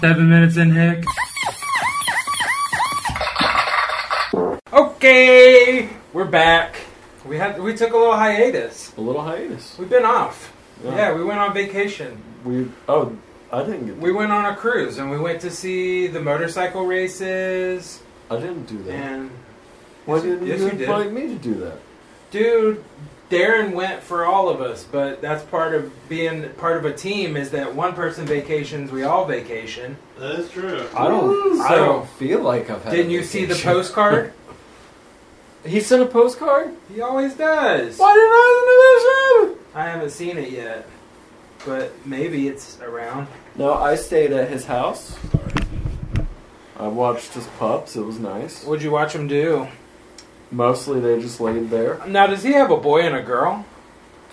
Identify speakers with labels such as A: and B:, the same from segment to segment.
A: Seven minutes in, Hick.
B: Okay, we're back. We had we took a little hiatus.
C: A little hiatus.
B: We've been off.
C: Yeah.
B: Yeah, we went on vacation.
C: We oh, I didn't get.
B: We went on a cruise and we went to see the motorcycle races
C: I didn't do that.
B: and
C: Why
B: Yes, you-
C: didn't
B: yes,
C: you
B: you did.
C: invite me to do that?
B: dude, Darren went for all of us, but that's part of being part of a team is that one person vacations, we all vacation.
D: That is true.
C: I don't. I
B: So-
C: don't feel like I've had. a
B: Didn't you see the
C: vacation.
B: postcard?
C: He sent a postcard.
B: he always does.
C: Why didn't I do
B: I haven't seen it yet, but maybe it's around.
C: this? No, I stayed at his house. I watched his pups. It was nice.
B: What'd you watch him do?
C: Mostly they just laid there.
B: Now, does he have a boy and a girl?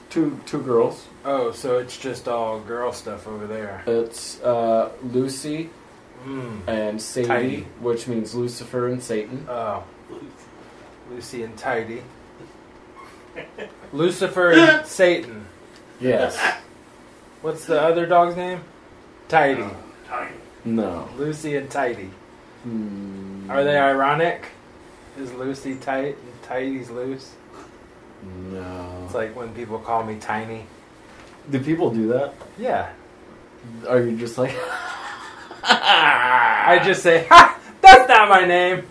C: Two two girls.
B: Oh, so it's just all girl stuff over there.
C: It's uh, Lucy
B: Mm.
C: and Sadie,
B: Tidy.
C: which means Lucifer and Satan.
B: Oh, Lucy and Tidy. Lucifer and Satan.
C: Yes.
B: What's the other dog's name? Tidy.
C: No.
B: Lucy and Tidy.
C: Hmm.
B: Are they ironic? Is Lucy tight and Tidy's loose?
C: No.
B: It's like when people call me Tiny.
C: Do people do that?
B: Yeah.
C: Are you just like?
B: I just say, ha! That's not my name!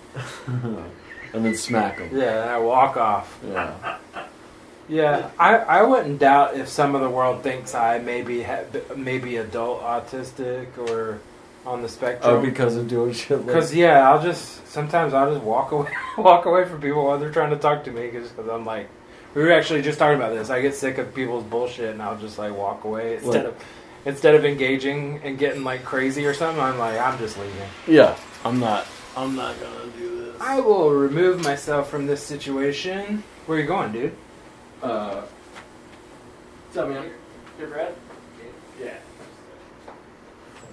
C: and then smack them.
B: Yeah, and I walk off.
C: Yeah.
B: Yeah, I, I wouldn't doubt if some of the world thinks I maybe ha- maybe adult autistic or on the
C: Oh,
B: spectrum.
C: because of doing shit like.
B: Because yeah, I'll just sometimes I'll just walk away walk away from people while they're trying to talk to me because I'm like we were actually just talking about this. I get sick of people's bullshit and I'll just like walk away instead
C: Like-
B: of instead of engaging and getting like crazy or something. I'm like I'm just leaving.
C: Yeah. I'm not.
D: I'm not gonna do this.
B: I will remove myself from this situation. Where you going, dude?
C: Uh. What's up, man? Here, Brad. Yeah.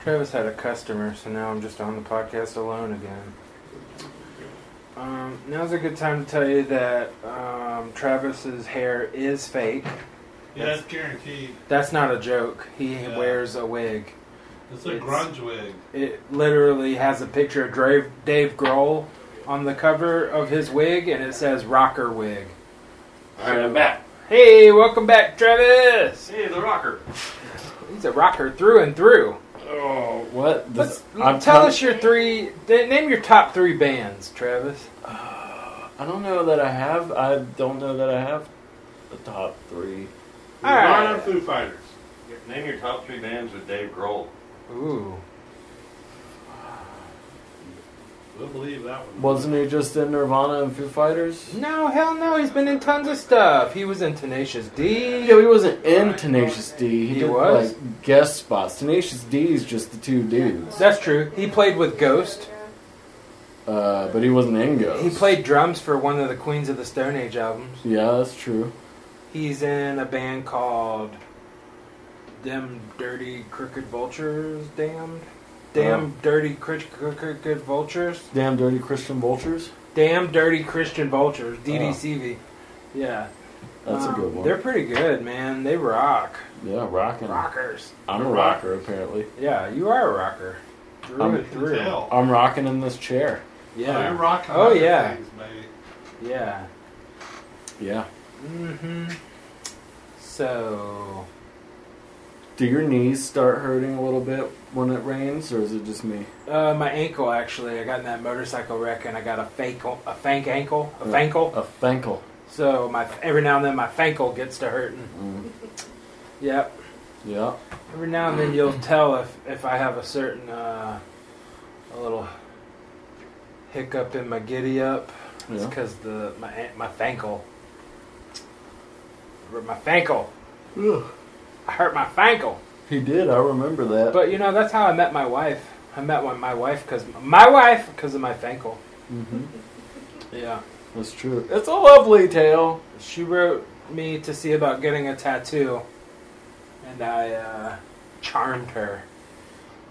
B: Travis had a customer, so now I'm just on the podcast alone again. Um, now's a good time to tell you that um, Travis's hair is fake.
D: yeah, that's guaranteed.
B: That's not a joke. He
D: Yeah.
B: wears a wig.
D: It's a
B: It's-
D: grunge wig.
B: It literally has a picture of Dave, Dave Grohl on the cover of his wig, and it says rocker wig.
E: All right, I'm back.
B: Hey, welcome back, Travis!
E: Hey, the rocker.
B: He's a rocker through and through.
E: Oh,
C: What?
B: Let's,
C: This, I'm
B: tell
C: kinda-
B: us your three. Name your top three bands, Travis.
C: I don't know that I have. I don't know that I have the top three.
B: All
D: Nirvana,
B: right.
D: Foo Fighters.
E: name your top three bands with Dave Grohl.
B: Ooh.
D: We'll believe that one.
C: Wasn't he just in Nirvana and Foo Fighters?
B: No, hell no. He's been in tons of stuff. He was in Tenacious D.
C: Yeah, he wasn't in Tenacious D. He,
B: He
C: did,
B: was?
C: like guest spots. Tenacious D is just the two dudes.
B: That's true. He played with Ghost.
C: Uh, but he wasn't in Ghost.
B: He played drums for one of the Queens of the Stone Age albums.
C: Yeah, that's true.
B: He's in a band called Them Dirty Crooked Vultures. Damned. Damn
C: Oh.
B: dirty Cri- Cri- crooked vultures.
C: Damn dirty Christian vultures.
B: Damn dirty Christian vultures. DDCV. Yeah.
C: Oh. That's a
B: Um,
C: good one.
B: They're pretty good, man. They rock.
C: Yeah, rocking.
B: Rockers.
C: I'm a rocker apparently.
B: Yeah, you are a rocker. Through
C: I'm-
B: and through.
D: Hell.
C: I'm rocking in this chair.
B: Yeah.
D: You're rocking
B: Oh,
D: other
B: yeah.
D: things, mate.
B: Yeah.
C: Yeah.
B: hmm So
C: Do your knees start hurting a little bit when it rains, or is it just me?
B: uh, my ankle actually, I got in that motorcycle wreck and I got a fake a fank ankle, a
C: Yeah.
B: fankle.
C: A fankle.
B: So my every now and then my fankle gets to hurting.
C: Mm.
B: Yep.
C: Yeah.
B: Every now and
C: Mm.
B: then you'll tell if if I have a certain uh, a little hiccup in my giddy up. It's
C: Yeah.
B: because the my an- my fankle, my fankle, I hurt my fankle.
C: He did. I remember that.
B: But you know, that's how I met my wife. I met my, my wife because my wife because of my fankle.
C: hmm
B: Yeah,
C: That's true. It's a lovely tale.
B: she wrote me to see about getting a tattoo, and I uh, charmed her,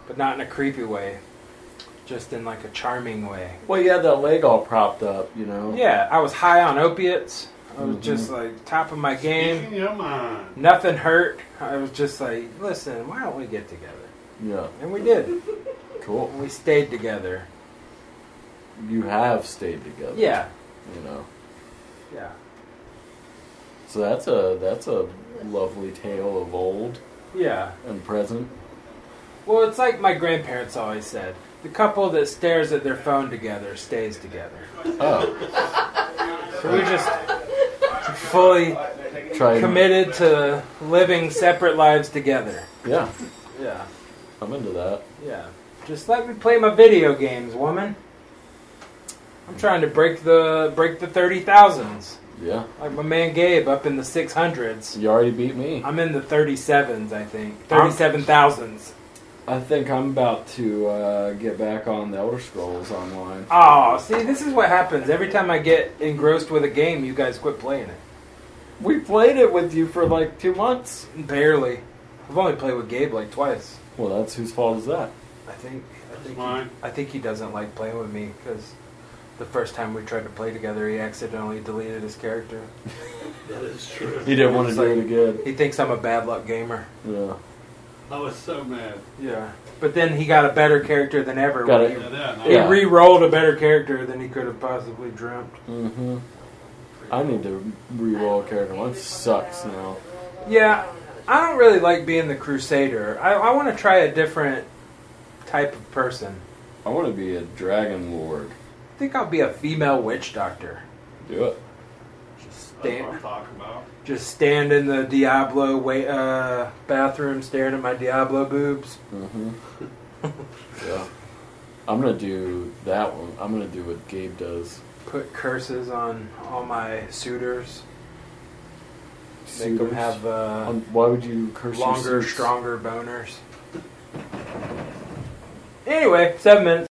B: but not in a creepy way, just in like a charming way.
C: Well, you had that leg all propped up, you know.
B: Yeah, I was high on opiates. I was just like top of my game.
D: Speaking your mind.
B: Nothing hurt. I was just like, listen, why don't we get together?
C: Yeah,
B: And we did.
C: cool.
B: We stayed together.
C: You have stayed together.
B: Yeah,
C: You know.
B: yeah.
C: So that's a that's a lovely tale of old
B: Yeah.
C: and present.
B: Well, it's like my grandparents always said the couple that stares at their phone together stays together.
C: Oh,
B: So we just fully
C: try and-
B: committed to living separate lives together.
C: Yeah,
B: Yeah,
C: I'm into that.
B: yeah. Just let me play my video games, woman. I'm trying to break the break the thirty thousands,
C: Yeah,
B: like my man Gabe up in the six hundreds.
C: you already beat me.
B: I'm in the thirty sevens, I think. Thirty seven thousands.
C: I think I'm about to uh, get back on the Elder Scrolls online.
B: Oh, see, this is what happens every time I get engrossed with a game. You guys quit playing it.
C: We played it with you for like two months.
B: Barely. I've only played with Gabe like twice.
C: Well, that's whose fault is that?
B: I think. I
D: That's
B: think.
D: mine.
B: He, I think he doesn't like playing with me because the first time we tried to play together, he accidentally deleted his character.
D: That is true.
C: He didn't want to do it again.
B: He thinks I'm a bad luck gamer.
C: Yeah,
D: I was so mad.
B: Yeah. But then he got a better character than ever.
C: Got
B: when
C: it.
D: Yeah, that,
B: He, he
C: Yeah.
B: re-rolled a better character than he could have possibly dreamt.
C: hmm I need to re-roll a character. Mine sucks now.
B: Yeah, I don't really like being the crusader. I, I want to try a different type of person.
C: I want to be a dragon lord.
B: I think I'll be a female witch doctor.
C: Do it.
B: Just
D: That's what
B: stand,
D: I'm talking about.
B: just stand in the Diablo wait, uh, bathroom staring at my Diablo boobs.
C: hmm yeah. I'm gonna do that one. I'm gonna do what Gabe does.
B: Put curses on all my suitors. Make
C: Suitors.
B: them have uh,
C: Um, why would you curse your
B: longer,
C: suits?
B: stronger boners. Anyway, seven minutes.